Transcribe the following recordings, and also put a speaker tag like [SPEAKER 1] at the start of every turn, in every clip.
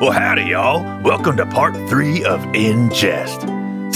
[SPEAKER 1] Well, howdy, y'all. Welcome to part three of In Jest.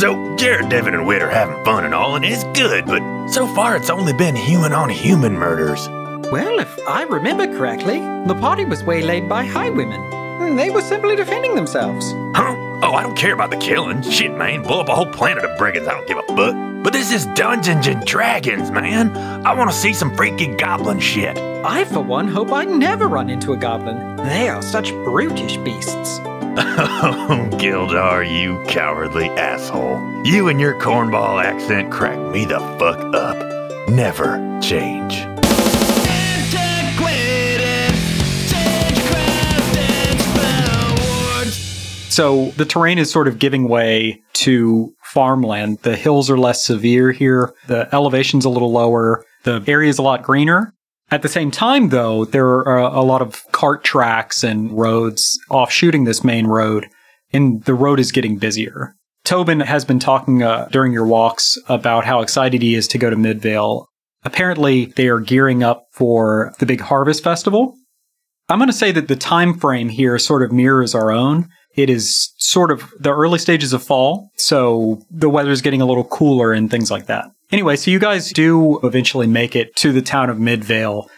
[SPEAKER 1] So, Jared, Devin, and Whit are having fun and all, and it's good, but so far it's only been human on human murders.
[SPEAKER 2] Well, if I remember correctly, the party was waylaid by highwaymen. and They were simply defending themselves.
[SPEAKER 1] Huh? Oh, I don't care about the killing. Shit, man. Blow up a whole planet of brigands. I don't give a fuck. But this is Dungeons and Dragons, man. I want to see some freaky goblin shit.
[SPEAKER 2] I, for one, hope I never run into a goblin. They are such brutish beasts.
[SPEAKER 1] Oh, Gildar, you cowardly asshole. You and your cornball accent crack me the fuck up. Never change.
[SPEAKER 3] So the terrain is sort of giving way to farmland. The hills are less severe here. The elevation's a little lower. The area's a lot greener. At the same time, though, there are uh, a lot of cart tracks and roads offshooting this main road, and the road is getting busier. Tobin has been talking uh, during your walks about how excited he is to go to Midvale. Apparently, they are gearing up for the big harvest festival. I'm going to say that the time frame here sort of mirrors our own. It is sort of the early stages of fall, so the weather's getting a little cooler and things like that. Anyway, so you guys do eventually make it to the town of Midvale,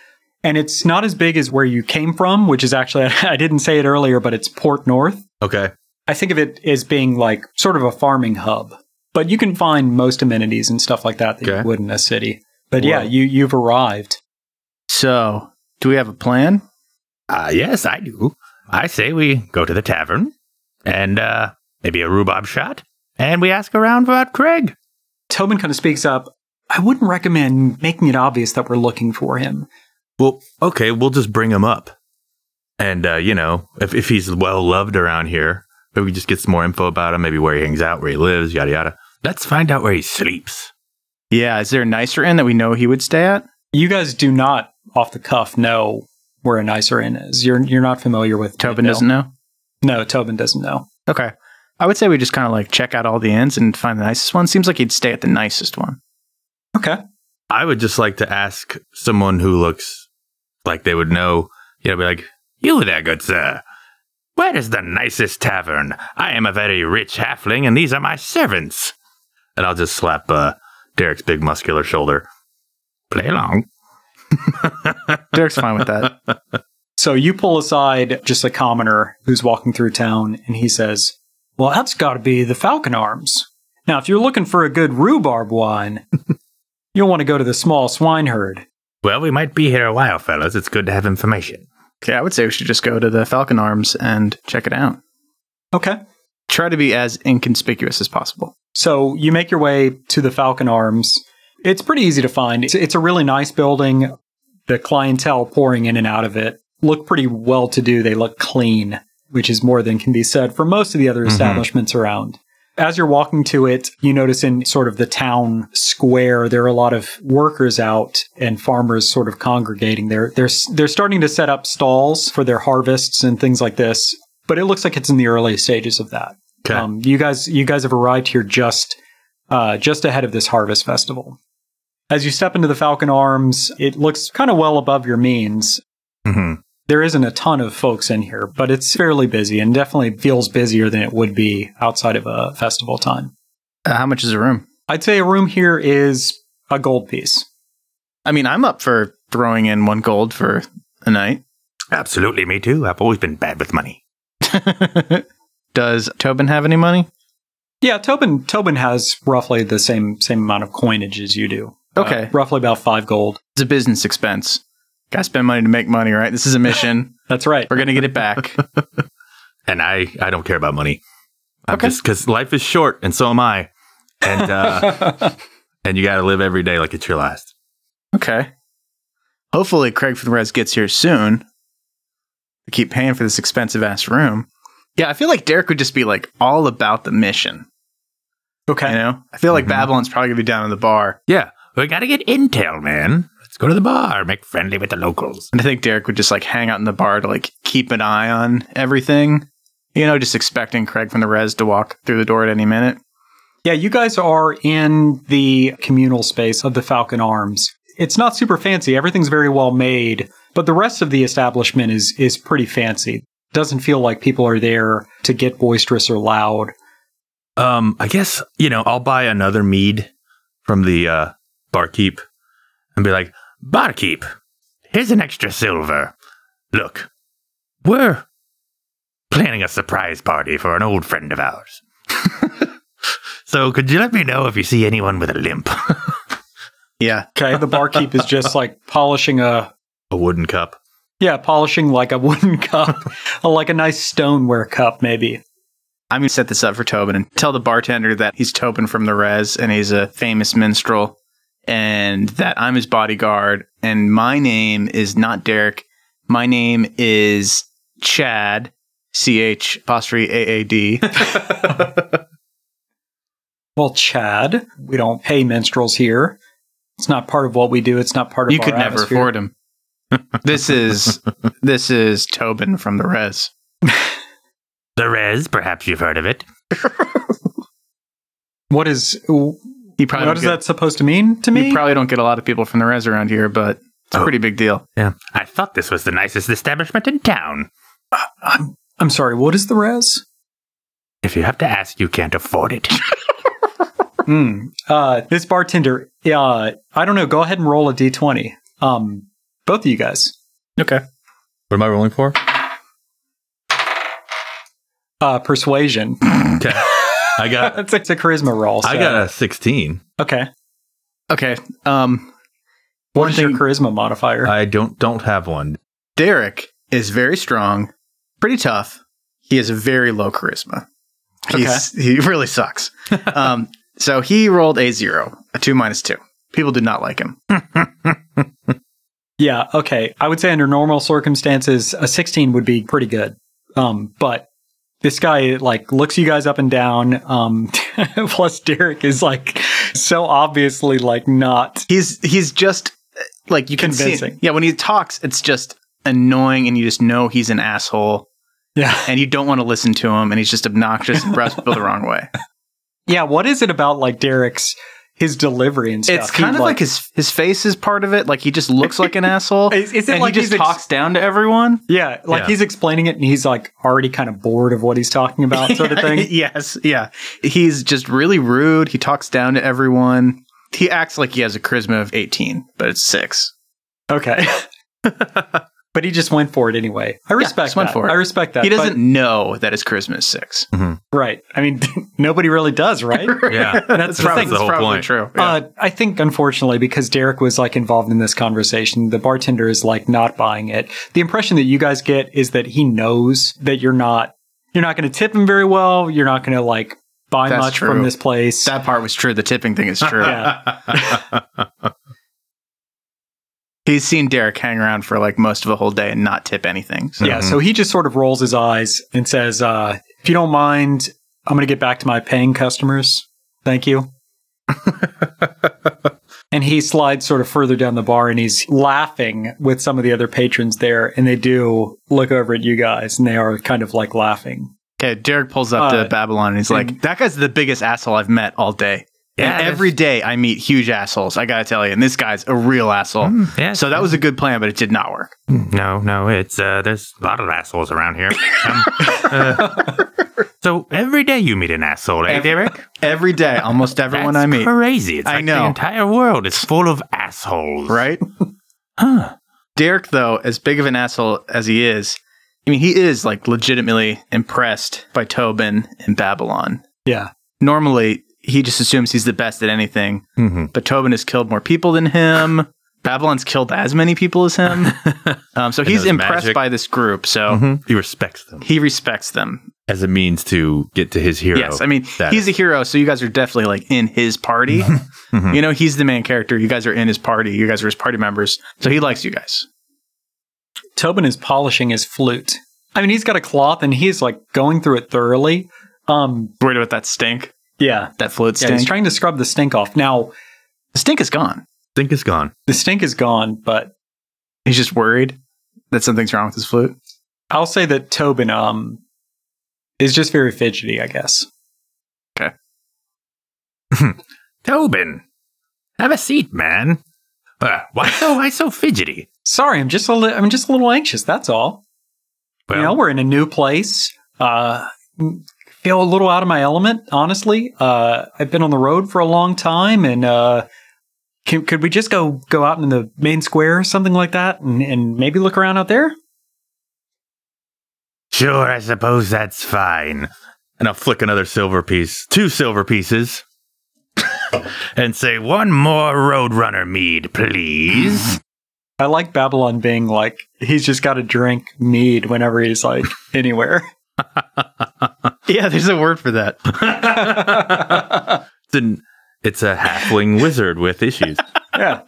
[SPEAKER 3] and it's not as big as where you came from, which is actually, I didn't say it earlier, but it's Port North.
[SPEAKER 4] Okay.
[SPEAKER 3] I think of it as being like sort of a farming hub, but you can find most amenities and stuff like that that
[SPEAKER 4] Okay.
[SPEAKER 3] you would in a city. But yeah,
[SPEAKER 4] Whoa.
[SPEAKER 3] you, you've arrived.
[SPEAKER 5] So, do we have a plan?
[SPEAKER 1] Uh, yes, I do. I say we go to the tavern and uh, maybe a rhubarb shot, and we ask around about Craig.
[SPEAKER 3] Tobin kind of speaks up. I wouldn't recommend making it obvious that we're looking for him.
[SPEAKER 4] Well, okay, we'll just bring him up. And, uh, you know, if, if he's well loved around here, maybe we just get some more info about him, maybe where he hangs out, where he lives, yada, yada. Let's find out where he sleeps.
[SPEAKER 5] Yeah, is there a nicer inn that we know he would stay at?
[SPEAKER 3] You guys do not, off the cuff, know where a nicer inn is. You're you're not familiar with
[SPEAKER 5] Tobin
[SPEAKER 3] Midvale.
[SPEAKER 5] doesn't know.
[SPEAKER 3] No, Tobin doesn't know.
[SPEAKER 5] Okay. I would say we just kind of like check out all the inns and find the nicest one. Seems like he'd stay at the nicest one.
[SPEAKER 3] Okay.
[SPEAKER 4] I would just like to ask someone who looks like they would know, you know, be like,
[SPEAKER 1] You there, good sir. Where is the nicest tavern? I am a very rich halfling, and these are my servants.
[SPEAKER 4] and I'll just slap uh, Derek's big muscular shoulder.
[SPEAKER 1] Play along.
[SPEAKER 5] Derek's fine with that.
[SPEAKER 3] So you pull aside just a commoner who's walking through town, and he says, "Well, that's got to be the Falcon Arms." Now, if you're looking for a good rhubarb wine, you'll want to go to the Small Swineherd.
[SPEAKER 1] Well, we might be here a while, fellas. It's good to have information.
[SPEAKER 5] Okay, I would say we should just go to the Falcon Arms and check it out.
[SPEAKER 3] Okay.
[SPEAKER 5] Try to be as inconspicuous as possible.
[SPEAKER 3] So you make your way to the Falcon Arms. It's pretty easy to find. It's, it's a really nice building. The clientele pouring in and out of it look pretty well to do. They look clean, which is more than can be said for most of the other establishments around. As you're walking to it, you notice in sort of the town square there are a lot of workers out and farmers sort of congregating. They're they're s- they're starting to set up stalls for their harvests and things like this. But it looks like it's in the early stages of that.
[SPEAKER 4] Okay.
[SPEAKER 3] Um, you guys, you guys have arrived here just uh, just ahead of this harvest festival. As you step into the Falcon Arms, it looks kind of well above your means.
[SPEAKER 4] hmm
[SPEAKER 3] There isn't a ton of folks in here, but it's fairly busy and definitely feels busier than it would be outside of a festival time.
[SPEAKER 5] Uh, how much is a room?
[SPEAKER 3] I'd say a room here is a gold piece.
[SPEAKER 5] I mean, I'm up for throwing in one gold for a night.
[SPEAKER 1] Absolutely, me too. I've always been bad with money.
[SPEAKER 5] Does Tobin have any money?
[SPEAKER 3] Yeah, Tobin Tobin has roughly the same same amount of coinage as you do. Uh,
[SPEAKER 5] Okay.
[SPEAKER 3] roughly about five gold.
[SPEAKER 5] It's a business expense. Gotta spend money to make money, right? This is a mission.
[SPEAKER 3] That's right.
[SPEAKER 5] We're gonna get it back.
[SPEAKER 4] And I, I don't care about money. I'm
[SPEAKER 5] Okay.
[SPEAKER 4] just because life is short, and so am I. And uh, and you got to live every day like it's your last.
[SPEAKER 5] Okay. Hopefully, Craig from the Res gets here soon. To keep paying for this expensive ass room. Yeah, I feel like Derek would just be like all about the mission.
[SPEAKER 3] Okay.
[SPEAKER 5] You know, I feel like Babylon's probably gonna be down in the bar,
[SPEAKER 4] Yeah,
[SPEAKER 1] We gotta get intel, man. Let's go to the bar, make friendly with the locals.
[SPEAKER 5] and I think Derek would just like hang out in the bar to like keep an eye on everything. You know, just expecting Craig from the Res to walk through the door at any minute.
[SPEAKER 3] Yeah, you guys are in the communal space of the Falcon Arms. It's not super fancy. Everything's very well made, but the rest of the establishment is is pretty fancy. Doesn't feel like people are there to get boisterous or loud.
[SPEAKER 4] Um, I guess, you know, I'll buy another mead from the uh, barkeep and be like, Barkeep, here's an extra silver. Look, we're planning a surprise party for an old friend of ours. so could you let me know if you see anyone with a limp?
[SPEAKER 5] Yeah.
[SPEAKER 3] Okay. The barkeep is just like polishing a,
[SPEAKER 4] a wooden cup.
[SPEAKER 3] yeah, polishing like a wooden cup, like a nice stoneware cup, maybe.
[SPEAKER 5] I'm going to set this up for Tobin and tell the bartender that he's Tobin from the res and he's a famous minstrel and that I'm his bodyguard. And my name is not Derek. My name is Chad, C H apostrophe A A D.
[SPEAKER 3] Well, Chad, we don't pay minstrels here. It's not part of what we do. It's not part of
[SPEAKER 5] You
[SPEAKER 3] our
[SPEAKER 5] could never
[SPEAKER 3] atmosphere.
[SPEAKER 5] afford him. This is this is Tobin from the res.
[SPEAKER 4] The Rez, perhaps you've heard of it.
[SPEAKER 3] What is what
[SPEAKER 5] You probably
[SPEAKER 3] is
[SPEAKER 5] don't get,
[SPEAKER 3] that supposed to mean to me?
[SPEAKER 5] You probably don't get a lot of people from the res around here, but it's a
[SPEAKER 4] Oh.
[SPEAKER 5] pretty big deal.
[SPEAKER 4] Yeah. I thought this was the nicest establishment in town.
[SPEAKER 3] I'm sorry. What is the res?
[SPEAKER 4] If you have to ask, you can't afford it.
[SPEAKER 3] Hmm. Uh, this bartender. Uh, I don't know. Go ahead and roll a d20. Um, both of you guys.
[SPEAKER 5] Okay.
[SPEAKER 4] what am I rolling for?
[SPEAKER 3] Uh, persuasion.
[SPEAKER 4] Okay. I got
[SPEAKER 3] That's it's a charisma roll.
[SPEAKER 4] I
[SPEAKER 3] so-
[SPEAKER 4] got a 16.
[SPEAKER 3] okay.
[SPEAKER 5] Okay. Um
[SPEAKER 3] What is
[SPEAKER 5] thing-
[SPEAKER 3] your charisma modifier?
[SPEAKER 4] I don't don't have one.
[SPEAKER 5] Derek is very strong, pretty tough. He has a very low charisma. He's, He really sucks. um, so he rolled a zero, a two minus two. People did not like him.
[SPEAKER 3] Yeah, okay. I would say under normal circumstances, a 16 would be pretty good. Um, but this guy like looks you guys up and down. Um, plus Derek is like so obviously like not.
[SPEAKER 5] He's he's just uh, like you can see.
[SPEAKER 3] Convincing.
[SPEAKER 5] Yeah, when he talks, it's just annoying, and you just know he's an asshole,
[SPEAKER 3] Yeah.
[SPEAKER 5] and you don't want to listen to him, and he's just obnoxious and rubs people the wrong way.
[SPEAKER 3] Yeah. What is it about like Derek's, his delivery and stuff?
[SPEAKER 5] It's
[SPEAKER 3] He,
[SPEAKER 5] kind of like, his his face is part of it. Like he just looks like an asshole,
[SPEAKER 3] Is- is it
[SPEAKER 5] and
[SPEAKER 3] like
[SPEAKER 5] he just
[SPEAKER 3] he's ex-
[SPEAKER 5] talks down to everyone.
[SPEAKER 3] yeah, like
[SPEAKER 4] Yeah.
[SPEAKER 3] he's explaining it and he's like already kind of bored of what he's talking about sort of thing.
[SPEAKER 5] yes, yeah. He's just really rude. He talks down to everyone. He acts like he has a charisma of 18, but it's six.
[SPEAKER 3] Okay. but he just went for it anyway. I respect
[SPEAKER 5] just went
[SPEAKER 3] that.
[SPEAKER 5] for it.
[SPEAKER 3] I respect that.
[SPEAKER 5] he
[SPEAKER 3] but-
[SPEAKER 5] doesn't know that his charisma is six.
[SPEAKER 3] right. I mean, nobody really does, right?
[SPEAKER 4] Yeah.
[SPEAKER 3] That's the
[SPEAKER 4] probably
[SPEAKER 3] thing.
[SPEAKER 4] the whole
[SPEAKER 5] probably
[SPEAKER 4] point.
[SPEAKER 5] true. yeah.
[SPEAKER 3] Uh, I think, unfortunately, because Derek was like involved in this conversation, the bartender is like not buying it. The impression that you guys get is that he knows that you're not, you're not going to tip him very well. You're not going to like buy
[SPEAKER 5] That's
[SPEAKER 3] much
[SPEAKER 5] true.
[SPEAKER 3] from this place.
[SPEAKER 5] that part was true. The tipping thing is true.
[SPEAKER 3] yeah,
[SPEAKER 5] He's seen Derek hang around for like most of a whole day and not tip anything. So.
[SPEAKER 3] yeah.
[SPEAKER 4] Mhm.
[SPEAKER 3] So he just sort of rolls his eyes and says, uh, "If you don't mind, I'm going to get back to my paying customers. Thank you." And he slides sort of further down the bar and he's laughing with some of the other patrons there. And they do look over at you guys and they are kind of like laughing.
[SPEAKER 5] Okay, Derek pulls up
[SPEAKER 3] Uh,
[SPEAKER 5] to Babylon and he's like, that guy's the biggest asshole I've met all day.
[SPEAKER 4] Yeah,
[SPEAKER 5] and every day I meet huge assholes, I gotta tell you. And this guy's a real asshole.
[SPEAKER 4] Mm, yeah.
[SPEAKER 5] So that was a good plan, but it did not work.
[SPEAKER 4] No, no, it's uh, there's a lot of assholes around here. Um, uh, so every day you meet an asshole, eh,
[SPEAKER 5] Every-
[SPEAKER 4] Derek?
[SPEAKER 5] Every day, almost everyone
[SPEAKER 4] That's
[SPEAKER 5] I meet.
[SPEAKER 4] crazy. It's
[SPEAKER 5] I
[SPEAKER 4] like
[SPEAKER 5] know.
[SPEAKER 4] the entire world is full of assholes,
[SPEAKER 5] right?
[SPEAKER 4] Huh.
[SPEAKER 5] Derek, though, as big of an asshole as he is, I mean, he is like legitimately impressed by Tobin and Babylon.
[SPEAKER 3] Yeah.
[SPEAKER 5] Normally, he just assumes he's the best at anything,
[SPEAKER 4] hmm
[SPEAKER 5] but Tobin has killed more people than him. Babylon's killed as many people as him. Um, so he's
[SPEAKER 4] knows
[SPEAKER 5] impressed
[SPEAKER 4] magic. Mm-hmm.
[SPEAKER 5] by this group. So
[SPEAKER 4] He respects them
[SPEAKER 5] he respects them.
[SPEAKER 4] as a means to get to his hero.
[SPEAKER 5] Yes. I mean,
[SPEAKER 4] That
[SPEAKER 5] he's a hero. So you guys are definitely like in his party.
[SPEAKER 4] Mm-hmm.
[SPEAKER 5] You know, he's the main character. You guys are in his party. You guys are his party members. So he likes you guys.
[SPEAKER 3] Tobin is polishing his flute. I mean, he's got a cloth and he's like going through it thoroughly. Um,
[SPEAKER 5] Worried about that stink,
[SPEAKER 3] yeah.
[SPEAKER 5] that fluid
[SPEAKER 3] yeah
[SPEAKER 5] stink.
[SPEAKER 3] he's trying to scrub the stink off. Now,
[SPEAKER 5] the stink is gone.
[SPEAKER 4] think is gone.
[SPEAKER 3] the stink is gone, but
[SPEAKER 5] He's just worried that something's wrong with his flute.
[SPEAKER 3] I'll say that Tobin um, is just very fidgety, I guess.
[SPEAKER 4] Tobin, have a seat, man. Uh, why so why so fidgety?
[SPEAKER 3] Sorry, I'm just a li- I'm just a little anxious. That's all. you know,
[SPEAKER 4] Well,
[SPEAKER 3] we're in a new place. Uh, feel a little out of my element, honestly. Uh, I've been on the road for a long time, and uh, can, could we just go go out in the main square or something like that, and, and maybe look around out there?
[SPEAKER 4] sure, I suppose that's fine. And I'll flick another silver piece, two silver pieces, and say, one more Roadrunner mead, please.
[SPEAKER 3] I like Babylon being like he's just got to drink mead whenever he's like anywhere.
[SPEAKER 5] Yeah, there's a word for that.
[SPEAKER 4] it's, an, it's a halfling wizard with issues.
[SPEAKER 3] Yeah.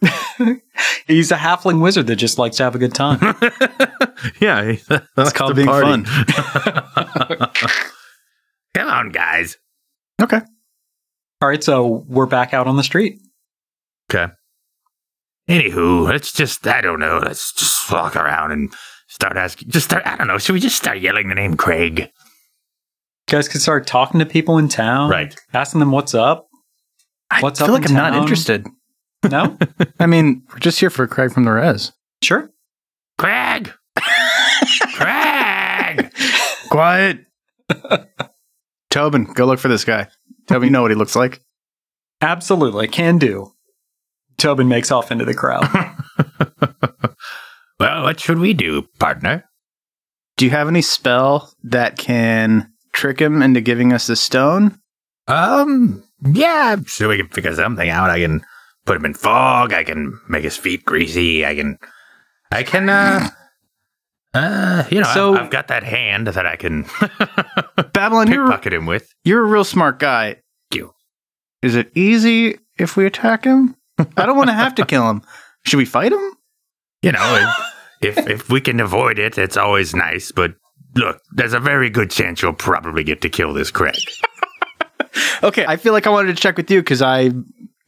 [SPEAKER 3] he's a halfling wizard that just likes to have a good time.
[SPEAKER 4] Yeah,
[SPEAKER 5] It's
[SPEAKER 4] that's
[SPEAKER 5] called
[SPEAKER 4] the
[SPEAKER 5] being
[SPEAKER 4] party.
[SPEAKER 5] fun.
[SPEAKER 4] Come on, guys.
[SPEAKER 5] Okay.
[SPEAKER 3] All right, so we're back out on the street.
[SPEAKER 4] Anywho, let's just, I don't know, let's just walk around and start asking, just start, I don't know, should we just start yelling the name Craig?
[SPEAKER 3] You guys can start talking to people in town,
[SPEAKER 4] Right.
[SPEAKER 3] Asking them what's up.
[SPEAKER 5] I
[SPEAKER 3] What's
[SPEAKER 5] feel
[SPEAKER 3] up
[SPEAKER 5] like
[SPEAKER 3] in
[SPEAKER 5] I'm not
[SPEAKER 3] town?
[SPEAKER 5] interested.
[SPEAKER 3] No,
[SPEAKER 5] I mean, we're just here for Craig from the Res.
[SPEAKER 3] sure.
[SPEAKER 4] Craig! Craig!
[SPEAKER 5] Quiet. Tobin, go look for this guy. Tobin, you know what he looks like.
[SPEAKER 3] Absolutely, can do. Tobin makes off into the crowd.
[SPEAKER 4] well, what should we do, partner?
[SPEAKER 5] Do you have any spell that can trick him into giving us the stone?
[SPEAKER 4] Um, yeah, I'm sure we can figure something out. I can put him in fog. I can make his feet greasy. I can, I can, uh, uh, you know,
[SPEAKER 3] So-
[SPEAKER 4] I've, I've got that hand that I can
[SPEAKER 5] Babylon, you're,
[SPEAKER 4] pickpocket him with.
[SPEAKER 5] you're a real smart guy.
[SPEAKER 4] You.
[SPEAKER 5] Is it easy if we attack him? I don't want to have to kill him. Should we fight him?
[SPEAKER 4] You know, if, if if we can avoid it, it's always nice. But look, there's a very good chance you'll probably get to kill this Craig.
[SPEAKER 5] Okay, I feel like I wanted to check with you because I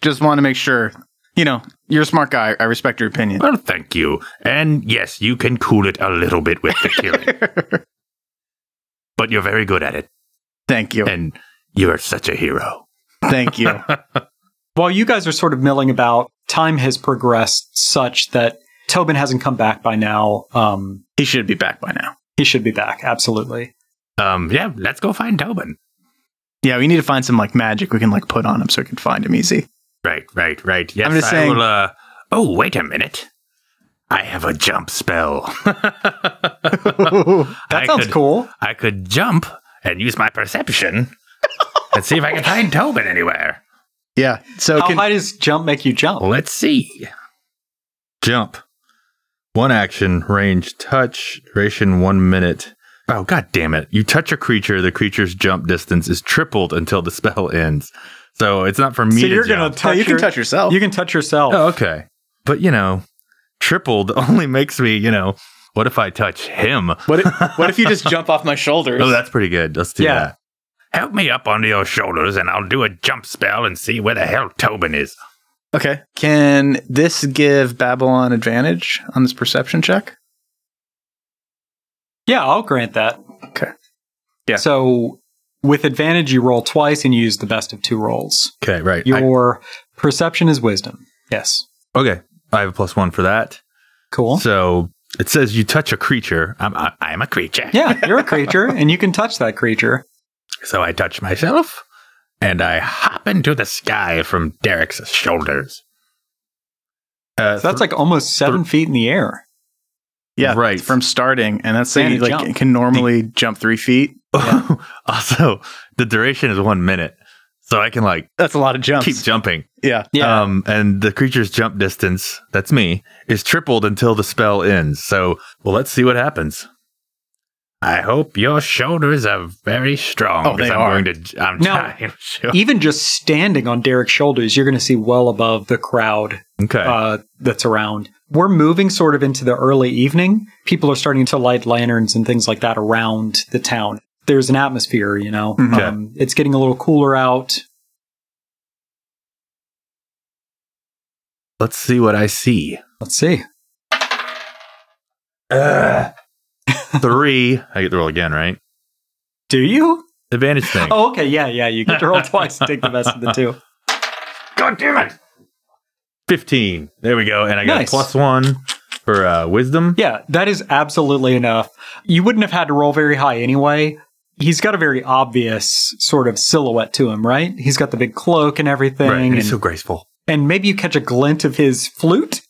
[SPEAKER 5] just want to make sure. You know, you're a smart guy. I respect your opinion.
[SPEAKER 4] Well, thank you. And yes, you can cool it a little bit with the killing, but you're very good at it,
[SPEAKER 5] Thank you.
[SPEAKER 4] and you are such a hero.
[SPEAKER 5] Thank you.
[SPEAKER 3] While you guys are sort of milling about, time has progressed such that Tobin hasn't come back by now. Um,
[SPEAKER 5] He should be back by now.
[SPEAKER 3] he should be back, absolutely.
[SPEAKER 4] Um, yeah, let's go find Tobin.
[SPEAKER 5] Yeah, we need to find some like magic we can like put on him so we can find him easy.
[SPEAKER 4] Right, right, right. Yes,
[SPEAKER 5] I'm just
[SPEAKER 4] I
[SPEAKER 5] saying-
[SPEAKER 4] will, uh, oh, wait a minute. I have a jump spell.
[SPEAKER 3] That
[SPEAKER 4] I
[SPEAKER 3] sounds
[SPEAKER 4] could-
[SPEAKER 3] cool.
[SPEAKER 4] I could jump and use my perception and see if I can find Tobin anywhere.
[SPEAKER 5] yeah. So
[SPEAKER 3] How
[SPEAKER 5] can
[SPEAKER 3] high does jump make you jump?
[SPEAKER 4] Let's see. Jump. One action, range, touch, duration one minute. Oh, god damn it. You touch a creature, the creature's jump distance is tripled until the spell ends. So it's not for me to
[SPEAKER 3] so you're
[SPEAKER 4] jump.
[SPEAKER 3] gonna
[SPEAKER 5] Oh,
[SPEAKER 3] touch,
[SPEAKER 5] you can
[SPEAKER 3] your-
[SPEAKER 5] touch yourself.
[SPEAKER 3] You can touch yourself.
[SPEAKER 4] Oh, okay. But you know, tripled only makes me, you know, what if I touch him? Oh,
[SPEAKER 5] what, if, what if you just jump off my shoulders?
[SPEAKER 4] that's pretty good. Let's do
[SPEAKER 3] Yeah.
[SPEAKER 4] that. Help me up onto your shoulders and I'll do a jump spell and see where the hell Tobin is.
[SPEAKER 5] okay. Can this give Babylon advantage on this perception check?
[SPEAKER 3] Yeah, I'll grant that.
[SPEAKER 5] Okay. Yeah.
[SPEAKER 3] So with advantage, you roll twice and you use the best of two rolls.
[SPEAKER 4] Okay, right.
[SPEAKER 3] Your perception is wisdom. Yes.
[SPEAKER 4] okay. I have a plus one for that.
[SPEAKER 3] Cool.
[SPEAKER 4] So it says you touch a creature. I'm, I, I'm a creature.
[SPEAKER 3] yeah, you're a creature and you can touch that creature.
[SPEAKER 4] So I touch myself and I hop into the sky from Derek's shoulders. Uh,
[SPEAKER 3] So that's like almost seven feet in the air.
[SPEAKER 5] Yeah.
[SPEAKER 4] Right.
[SPEAKER 5] From starting, and that's
[SPEAKER 3] And
[SPEAKER 5] saying
[SPEAKER 3] a
[SPEAKER 5] like
[SPEAKER 3] jump.
[SPEAKER 5] can normally jump three feet.
[SPEAKER 4] also, the duration is one minute. So I can like
[SPEAKER 5] That's a lot of jumps.
[SPEAKER 4] keep jumping.
[SPEAKER 5] yeah.
[SPEAKER 3] Yeah.
[SPEAKER 4] Um, and the creature's jump distance, that's me, is tripled until the spell ends. So, well, let's see what happens. I hope your shoulders are very strong.
[SPEAKER 5] Oh, they
[SPEAKER 4] 'cause I'm
[SPEAKER 5] are.
[SPEAKER 4] Going to, I'm
[SPEAKER 3] No.
[SPEAKER 4] I'm sure.
[SPEAKER 3] Even just standing on Derek's shoulders, you're going to see well above the crowd
[SPEAKER 4] Okay.
[SPEAKER 3] uh, that's around. We're moving sort of into the early evening. People are starting to light lanterns and things like that around the town. There's an atmosphere, you know.
[SPEAKER 5] Mhm.
[SPEAKER 3] Um, it's getting a little cooler out.
[SPEAKER 4] let's see what I see.
[SPEAKER 3] Let's see.
[SPEAKER 4] Three. I get to roll again, right?
[SPEAKER 3] Do you?
[SPEAKER 4] Advantage thing.
[SPEAKER 3] Oh, okay. Yeah, yeah. You get to roll twice and take the best of the two.
[SPEAKER 4] God damn it. 15. There we go. And I got a
[SPEAKER 3] Nice.
[SPEAKER 4] plus one for uh, wisdom.
[SPEAKER 3] Yeah, that is absolutely enough. You wouldn't have had to roll very high anyway. He's got a very obvious sort of silhouette to him, right? He's got the big cloak and everything.
[SPEAKER 4] right. and
[SPEAKER 3] and,
[SPEAKER 4] He's so graceful.
[SPEAKER 3] and maybe you catch a glint of his flute.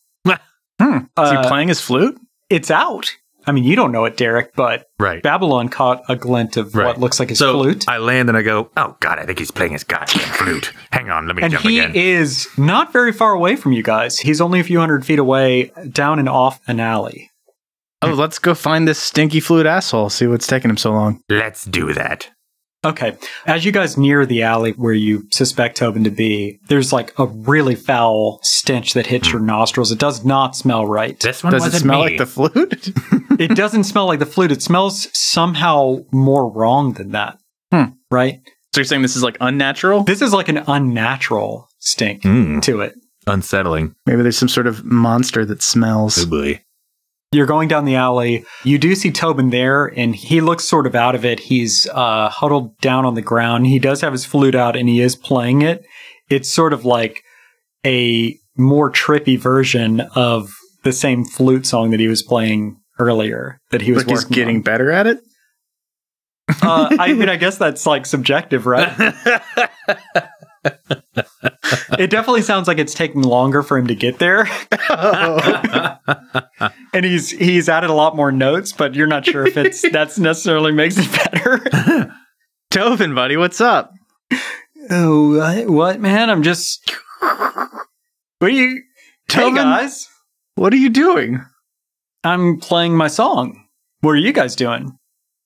[SPEAKER 5] Is
[SPEAKER 3] Uh,
[SPEAKER 5] he playing his flute?
[SPEAKER 3] It's out. I mean, you don't know it, Derek, but
[SPEAKER 4] Right.
[SPEAKER 3] Babylon caught a glint of
[SPEAKER 4] Right.
[SPEAKER 3] what looks like his
[SPEAKER 4] so
[SPEAKER 3] flute.
[SPEAKER 4] I land and I go, oh god, I think he's playing his goddamn flute. Hang on, let me
[SPEAKER 3] and
[SPEAKER 4] jump
[SPEAKER 3] he
[SPEAKER 4] again.
[SPEAKER 3] is not very far away from you guys. He's only a few hundred feet away down and off an alley.
[SPEAKER 5] Oh, let's go find this stinky flute asshole. See what's taking him so long.
[SPEAKER 4] Let's do that.
[SPEAKER 3] Okay. As you guys near the alley where you suspect Tobin to be, there's like a really foul stench that hits your nostrils. It does not smell right.
[SPEAKER 4] This one
[SPEAKER 5] Does it
[SPEAKER 4] wasn't me.
[SPEAKER 5] smell like the flute?
[SPEAKER 3] it doesn't smell like the flute. It smells somehow more wrong than that.
[SPEAKER 5] Hmm.
[SPEAKER 3] Right?
[SPEAKER 5] So you're saying this is like unnatural?
[SPEAKER 3] This is like an unnatural stink
[SPEAKER 4] Mm,
[SPEAKER 3] to it.
[SPEAKER 4] unsettling.
[SPEAKER 5] Maybe there's some sort of monster that
[SPEAKER 4] Oh
[SPEAKER 5] smells.
[SPEAKER 4] boy.
[SPEAKER 3] You're going down the alley. You do see Tobin there, and he looks sort of out of it. He's uh, huddled down on the ground. He does have his flute out, and he is playing it. It's sort of like a more trippy version of the same flute song that he was playing earlier. That he was
[SPEAKER 5] Like he's
[SPEAKER 3] working
[SPEAKER 5] getting better at it?
[SPEAKER 3] on. uh, I mean, I guess that's like subjective, right? it definitely sounds like it's taking longer for him to get there,
[SPEAKER 4] Oh.
[SPEAKER 3] and he's he's added a lot more notes, but you're not sure if it's that's necessarily makes it better.
[SPEAKER 5] Tovin, buddy, what's up?
[SPEAKER 3] Oh, what, what, man? I'm just. What are you. Hey,
[SPEAKER 5] Tobin?
[SPEAKER 3] guys.
[SPEAKER 5] What are you doing?
[SPEAKER 3] I'm playing my song. What are you guys doing?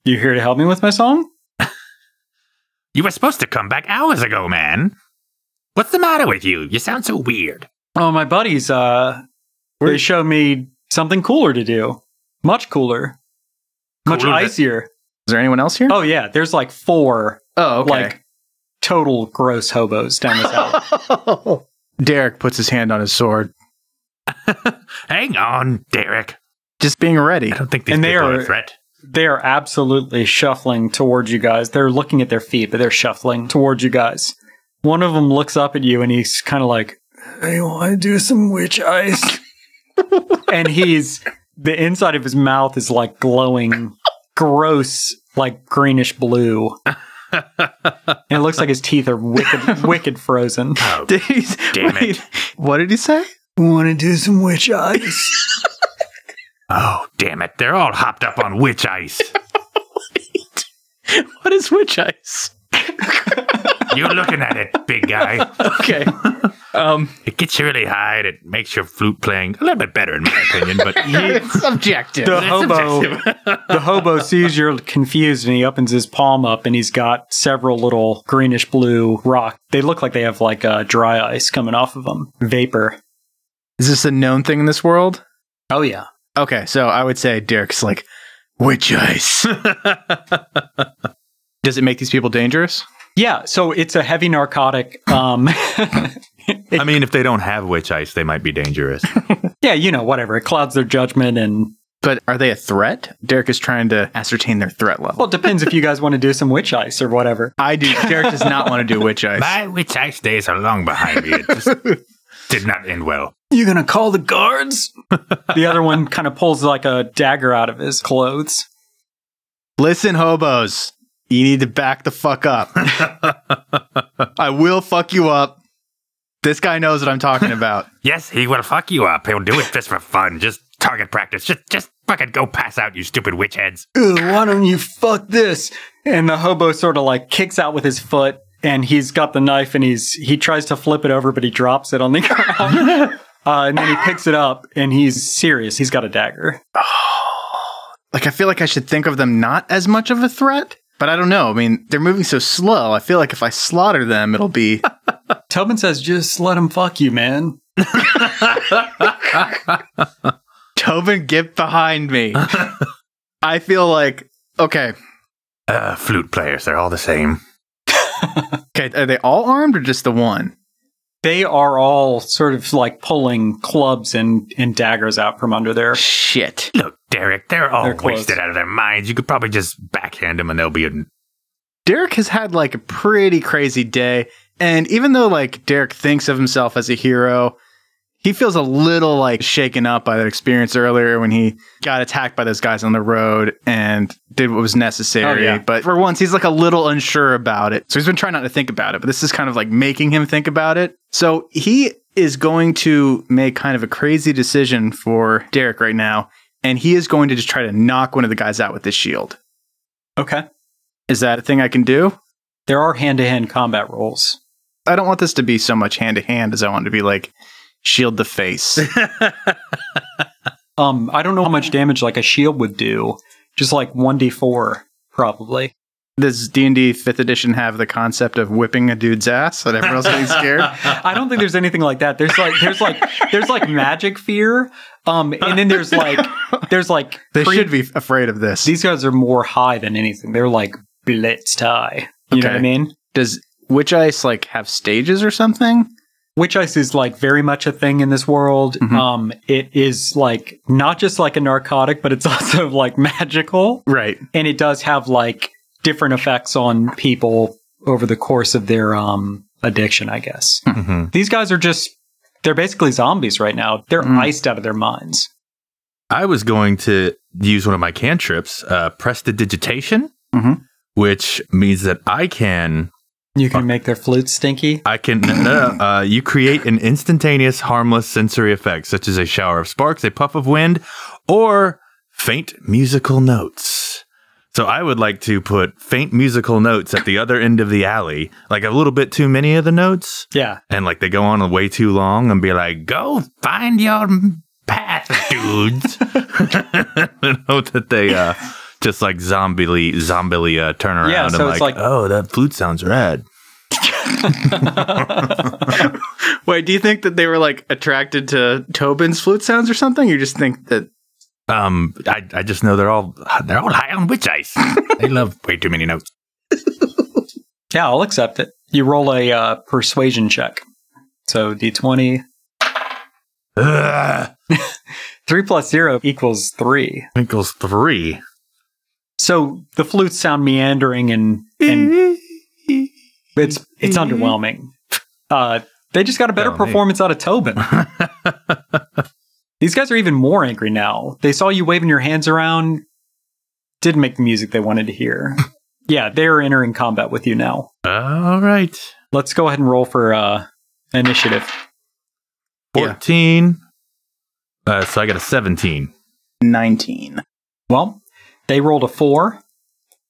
[SPEAKER 3] You here to help me with my song?
[SPEAKER 4] You were supposed to come back hours ago, man. What's the matter with you? You sound so weird.
[SPEAKER 3] Oh, my buddies, uh, they showed me something cooler to do. Much cooler. much
[SPEAKER 4] Cooler than-
[SPEAKER 3] icier.
[SPEAKER 5] Is there anyone else here?
[SPEAKER 3] Oh, yeah. There's like four,
[SPEAKER 5] Oh,
[SPEAKER 3] like, total gross hobos down this alley.
[SPEAKER 5] Like Derek puts his hand on his sword,
[SPEAKER 4] Hang on, Derek.
[SPEAKER 5] just being ready.
[SPEAKER 4] I don't think these
[SPEAKER 3] And they
[SPEAKER 4] people are
[SPEAKER 3] are-
[SPEAKER 4] a threat.
[SPEAKER 3] they are absolutely shuffling towards you guys. They're looking at their feet, but they're shuffling towards you guys. One of them looks up at you and he's kind of like, I want to do some witch ice. and he's, the inside of his mouth is like glowing, gross, like greenish blue. and it looks like his teeth are wicked, wicked frozen.
[SPEAKER 4] Oh,
[SPEAKER 5] Did he-
[SPEAKER 4] Damn it.
[SPEAKER 5] What did he say?
[SPEAKER 3] Want to do some witch ice?
[SPEAKER 4] oh, damn it. They're all hopped up on witch ice.
[SPEAKER 5] What is witch ice?
[SPEAKER 4] You're looking at it, big guy.
[SPEAKER 5] Okay. um,
[SPEAKER 4] It gets you really high and it makes your flute playing a little bit better, in my opinion. But
[SPEAKER 5] it's subjective.
[SPEAKER 3] The hobo, the hobo sees you're confused and he opens his palm up and he's got several little greenish blue rock. They look like they have like uh, dry ice coming off of them, vapor.
[SPEAKER 5] Is this a known thing in this world?
[SPEAKER 3] Oh yeah.
[SPEAKER 5] Okay, so I would say Derek's like witch ice. Does it make these people dangerous?
[SPEAKER 3] Yeah, so it's a heavy narcotic. Um,
[SPEAKER 4] I mean, if they don't have witch ice, they might be dangerous.
[SPEAKER 3] yeah, you know, whatever. It clouds their judgment, and
[SPEAKER 5] But are they a threat? Derek is trying to ascertain their threat level.
[SPEAKER 3] well, it depends if you guys want to do some witch ice or whatever.
[SPEAKER 5] I do. Derek does not want to do witch ice.
[SPEAKER 4] My witch ice days are long behind me. It just did not end well.
[SPEAKER 3] You gonna call the guards? the other one kind of pulls like a dagger out of his clothes.
[SPEAKER 5] Listen, hobos, you need to back the fuck up. I will fuck you up. This guy knows what I'm talking about.
[SPEAKER 4] Yes, he will fuck you up. He'll do it just for fun. Just target practice. Just, just fucking go pass out, you stupid witch heads.
[SPEAKER 3] Ugh, why don't you fuck this? And the hobo sort of like kicks out with his foot and he's got the knife and he's he tries to flip it over but he drops it on the ground. Uh, and then he picks it up and he's serious. He's got a dagger.
[SPEAKER 5] Like, I feel like I should think of them not as much of a threat, but I don't know. I mean, they're moving so slow. I feel like if I slaughter them, it'll be.
[SPEAKER 3] Tobin says, just let him fuck you, man.
[SPEAKER 5] Tobin, get behind me. I feel like. Okay.
[SPEAKER 4] Uh, flute players, they're all the same.
[SPEAKER 5] Okay. Are they all armed or just the one?
[SPEAKER 3] They are all sort of like pulling clubs and, and daggers out from under there.
[SPEAKER 5] Shit.
[SPEAKER 4] Look, Derek, they're all
[SPEAKER 3] They're close.
[SPEAKER 4] wasted out of their minds. You could probably just backhand them and they'll be in.
[SPEAKER 5] Derek has had like a pretty crazy day. And even though like Derek thinks of himself as a hero, He feels a little like shaken up by that experience earlier when he got attacked by those guys on the road and did what was necessary.
[SPEAKER 3] Oh, yeah.
[SPEAKER 5] But for once, he's like a little unsure about it. So he's been trying not to think about it, but this is kind of like making him think about it. So he is going to make kind of a crazy decision for Derek right now. And he is going to just try to knock one of the guys out with his shield.
[SPEAKER 3] Okay.
[SPEAKER 5] Is that a thing I can do?
[SPEAKER 3] There are hand to hand combat rolls.
[SPEAKER 5] I don't want this to be so much hand to hand as I want it to be like shield the face.
[SPEAKER 3] Um, I don't know how much damage like a shield would do. Just like 1d4, probably.
[SPEAKER 5] Does D and D fifth edition have the concept of whipping a dude's ass and everyone else getting scared?
[SPEAKER 3] I don't think there's anything like that. There's like there's like there's like magic fear. Um and then there's like there's like
[SPEAKER 5] They
[SPEAKER 3] pre-
[SPEAKER 5] should be afraid of this.
[SPEAKER 3] these guys are more high than anything. They're like blitzed high. You know what I
[SPEAKER 5] Okay.
[SPEAKER 3] mean?
[SPEAKER 5] Does witch ice like have stages or something?
[SPEAKER 3] Witch ice is like very much a thing in this world.
[SPEAKER 5] Mhm.
[SPEAKER 3] Um it is like not just like a narcotic, but it's also like magical.
[SPEAKER 5] Right.
[SPEAKER 3] and it does have like different effects on people over the course of their um addiction i guess
[SPEAKER 4] Mhm.
[SPEAKER 3] these guys are just they're basically zombies right now they're
[SPEAKER 5] Mm.
[SPEAKER 3] iced out of their minds
[SPEAKER 4] I was going to use one of my cantrips, uh, prestidigitation,
[SPEAKER 5] Mhm.
[SPEAKER 4] which means that I can,
[SPEAKER 3] you can make their flutes stinky
[SPEAKER 4] I can, no, no, no, uh, you create an instantaneous, harmless sensory effect, such as a shower of sparks, a puff of wind, or faint musical notes. So I would like to put faint musical notes at the other end of the alley, like a little bit too many of the notes,
[SPEAKER 3] yeah
[SPEAKER 4] and like they go on way too long and be like, go find your path, dudes. I hope that they uh, just like zombily, zombily uh, turn around
[SPEAKER 3] Yeah,
[SPEAKER 4] and
[SPEAKER 3] so
[SPEAKER 4] like,
[SPEAKER 3] it's like-
[SPEAKER 4] oh, that flute sounds rad.
[SPEAKER 5] Wait, do you think that they were like attracted to Tobin's flute sounds or something? You just think that
[SPEAKER 4] Um, I, I just know they're all they're all high on witch ice. they love way too many notes.
[SPEAKER 3] yeah i'll accept it you roll a uh, persuasion check so d20
[SPEAKER 4] Ugh.
[SPEAKER 3] 3 plus 0 equals 3
[SPEAKER 4] Winkles three.
[SPEAKER 3] so the flutes sound meandering and
[SPEAKER 4] Mm-hmm.
[SPEAKER 3] and it's it's underwhelming uh they just got a better
[SPEAKER 4] Yeah, me.
[SPEAKER 3] performance out of tobin These guys are even more angry now. They saw you waving your hands around, didn't make the music they wanted to hear. yeah, they're entering combat with you now.
[SPEAKER 4] all right.
[SPEAKER 3] Let's go ahead and roll for uh, initiative.
[SPEAKER 5] Yeah.
[SPEAKER 4] 14. Uh, so I got a 17.
[SPEAKER 5] nineteen.
[SPEAKER 3] Well, they rolled a four.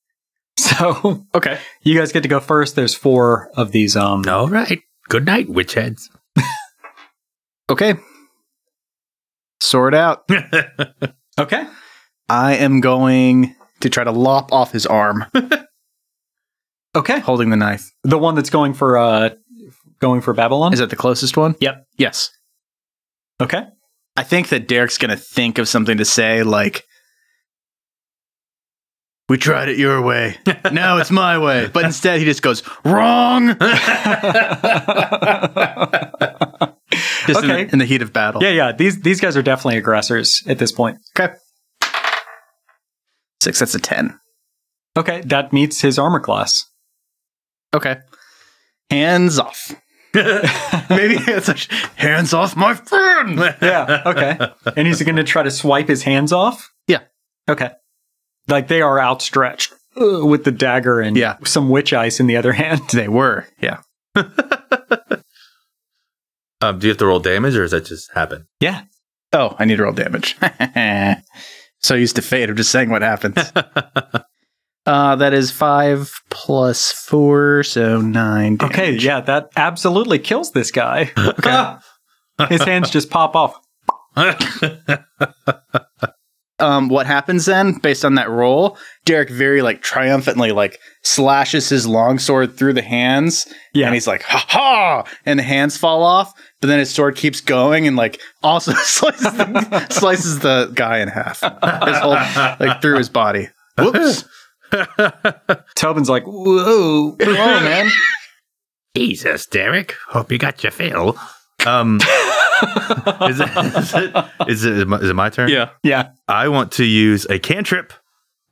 [SPEAKER 3] So
[SPEAKER 5] Okay.
[SPEAKER 3] you guys get to go first. There's four of these. Um,
[SPEAKER 4] All right. Good night, witch heads.
[SPEAKER 5] Okay. Sword out.
[SPEAKER 3] Okay.
[SPEAKER 5] I am going to try to lop off his arm,
[SPEAKER 3] Okay.
[SPEAKER 5] holding the knife.
[SPEAKER 3] The one that's going for uh, going for Babylon.
[SPEAKER 5] Is that the closest one?
[SPEAKER 3] Yep.
[SPEAKER 5] Yes.
[SPEAKER 3] okay.
[SPEAKER 5] I think that Derek's going to think of something to say like, we tried it your way. Now it's my way. But instead, he just goes, wrong. Just in the- in,
[SPEAKER 3] Okay.
[SPEAKER 5] the, heat of battle.
[SPEAKER 3] Yeah, yeah. These these guys are definitely aggressors at this point.
[SPEAKER 5] Okay. Six, that's a 10.
[SPEAKER 3] Okay, that meets his armor class.
[SPEAKER 5] Okay. Hands off. Maybe it's like, hands off my friend.
[SPEAKER 3] yeah. Okay. And he's going to try to swipe his hands off.
[SPEAKER 5] Yeah.
[SPEAKER 3] Okay. Like they are outstretched uh, with the dagger and
[SPEAKER 5] Yeah.
[SPEAKER 3] some witch ice in the other hand.
[SPEAKER 5] They were. Yeah.
[SPEAKER 4] Um, do you have to roll damage or does that just happen?
[SPEAKER 3] Yeah.
[SPEAKER 5] Oh, I need to roll damage. so used to fate of just saying what happens. uh, that is five plus four, so nine. Damage.
[SPEAKER 3] Okay. Yeah. That absolutely kills this guy. Okay. his hands just pop off.
[SPEAKER 5] Um, what happens then, based on that roll? Derek very like triumphantly like slashes his longsword through the hands,
[SPEAKER 3] Yeah.
[SPEAKER 5] and he's like, "Ha ha!" And the hands fall off, but then his sword keeps going and like also slices the, slices the guy in half, his whole like through his body. Whoops!
[SPEAKER 3] Tobin's like, whoa.
[SPEAKER 5] Oh man.
[SPEAKER 4] Jesus, Derek. Hope you got your fill. Um, is, it, is, it, is, it, is it my turn?
[SPEAKER 5] Yeah.
[SPEAKER 3] Yeah.
[SPEAKER 4] I want to use a cantrip,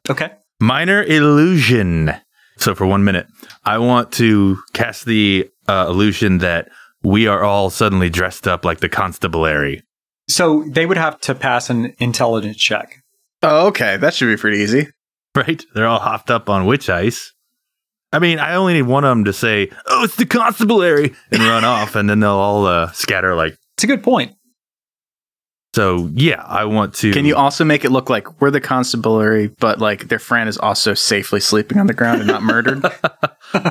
[SPEAKER 3] Okay.
[SPEAKER 4] minor illusion. So for one minute, I want to cast the uh, illusion that we are all suddenly dressed up like the constabulary.
[SPEAKER 3] So they would have to pass an intelligence check.
[SPEAKER 5] Oh, okay. That should be pretty easy.
[SPEAKER 4] Right? They're all hopped up on witch ice. I mean, I only need one of them to say, "Oh, it's the constabulary," and run off, and then they'll all uh, scatter like.
[SPEAKER 3] It's a good point.
[SPEAKER 4] So yeah, I want to.
[SPEAKER 5] Can you also make it look like we're the constabulary, but like their friend is also safely sleeping on the ground and not murdered?
[SPEAKER 4] Uh,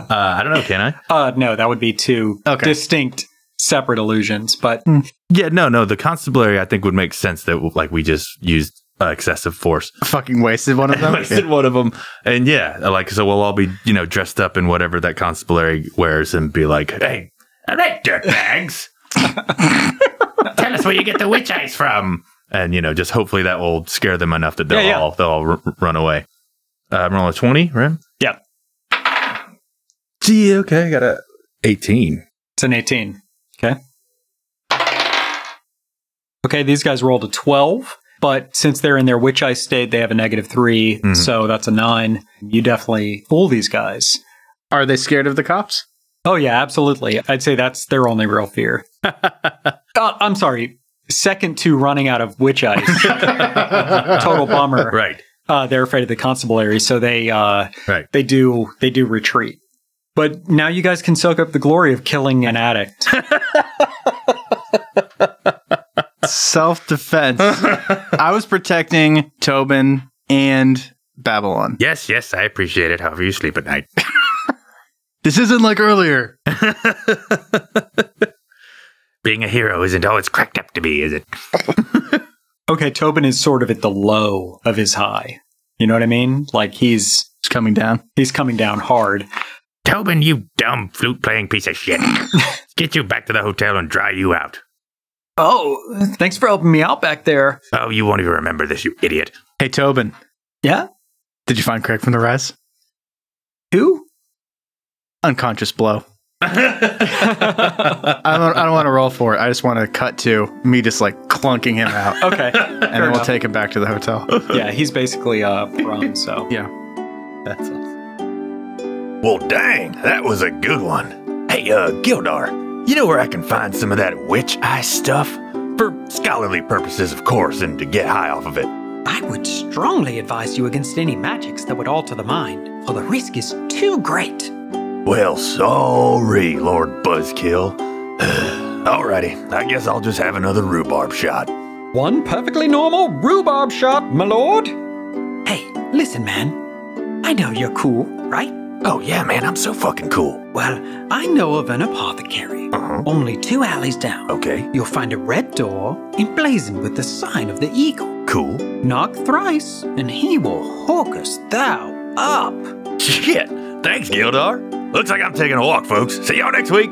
[SPEAKER 4] I don't know. Can I?
[SPEAKER 3] Uh, no, that would be two
[SPEAKER 5] Okay.
[SPEAKER 3] distinct, separate illusions. But
[SPEAKER 4] Yeah, no, no. The constabulary, I think, would make sense that like we just used uh, excessive force.
[SPEAKER 5] Fucking wasted one of them.
[SPEAKER 4] Wasted one of them, and yeah, like so, we'll all be you know dressed up in whatever that constabulary wears, and be like, "Hey, all right, dirtbags, tell us where you get the witch eyes from." And you know, just hopefully that will scare them enough that they'll
[SPEAKER 3] Yeah, yeah.
[SPEAKER 4] all they'll all r- run away. Uh, I'm rolling a twenty, right?
[SPEAKER 3] Yeah.
[SPEAKER 4] Gee, okay, I got a eighteen.
[SPEAKER 3] it's an 18. Okay. Okay, these guys rolled a 12, but since they're in their witch eye state, they have a negative three.
[SPEAKER 4] Mhm.
[SPEAKER 3] So that's a nine. You definitely fool these guys.
[SPEAKER 5] Are they scared of the cops?
[SPEAKER 3] Oh, yeah, absolutely. I'd say that's their only real fear. uh, I'm sorry. Second to running out of witch eyes. Total bummer.
[SPEAKER 4] Right.
[SPEAKER 3] uh, they're afraid of the constabulary, so they uh,
[SPEAKER 4] Right.
[SPEAKER 3] they do they do retreat. But now you guys can soak up the glory of killing an addict.
[SPEAKER 5] Self defense. I was protecting Tobin and Babylon.
[SPEAKER 4] Yes, yes, I appreciate it. However, you sleep at night.
[SPEAKER 5] This isn't like earlier.
[SPEAKER 4] Being a hero isn't all it's cracked up to be, is it?
[SPEAKER 3] okay, Tobin is sort of at the low of his high. You know what I mean? Like he's
[SPEAKER 5] It's coming down.
[SPEAKER 3] he's coming down hard.
[SPEAKER 4] Tobin, you dumb flute playing piece of shit. Get you back to the hotel and dry you out.
[SPEAKER 3] Oh, thanks for helping me out back there.
[SPEAKER 4] Oh, you won't even remember this, you idiot.
[SPEAKER 5] Hey, Tobin,
[SPEAKER 3] Yeah,
[SPEAKER 5] did you find Craig from the res?
[SPEAKER 3] who?
[SPEAKER 5] Unconscious blow. I don't, I don't want to roll for it. I just want to cut to me just like clunking him out.
[SPEAKER 3] Okay,
[SPEAKER 5] and then we'll take him back to the hotel.
[SPEAKER 3] yeah, he's basically uh, prone. So
[SPEAKER 5] yeah.
[SPEAKER 1] Well, dang, that was a good one. Hey, uh, Gildar, you know where I can find some of that witch eye stuff? For scholarly purposes, of course, and to get high off of it.
[SPEAKER 6] I would strongly advise you against any magics that would alter the mind, for the risk is too great.
[SPEAKER 1] Well, sorry, Lord Buzzkill. Alrighty, I guess I'll just have another rhubarb shot.
[SPEAKER 2] One perfectly normal rhubarb shot, my lord.
[SPEAKER 6] Hey, listen, man. I know you're cool, right?
[SPEAKER 1] Oh, yeah, man, I'm so fucking cool.
[SPEAKER 6] Well, I know of an apothecary.
[SPEAKER 1] Uh-huh.
[SPEAKER 6] Only two alleys
[SPEAKER 2] Oh.
[SPEAKER 6] down.
[SPEAKER 1] Okay,
[SPEAKER 6] You'll find a red door emblazoned with the sign of the eagle.
[SPEAKER 1] cool.
[SPEAKER 6] Knock thrice, and he will hawkest thou up.
[SPEAKER 1] Shit, thanks, Gildar. Looks like I'm taking a walk, folks. See y'all next week.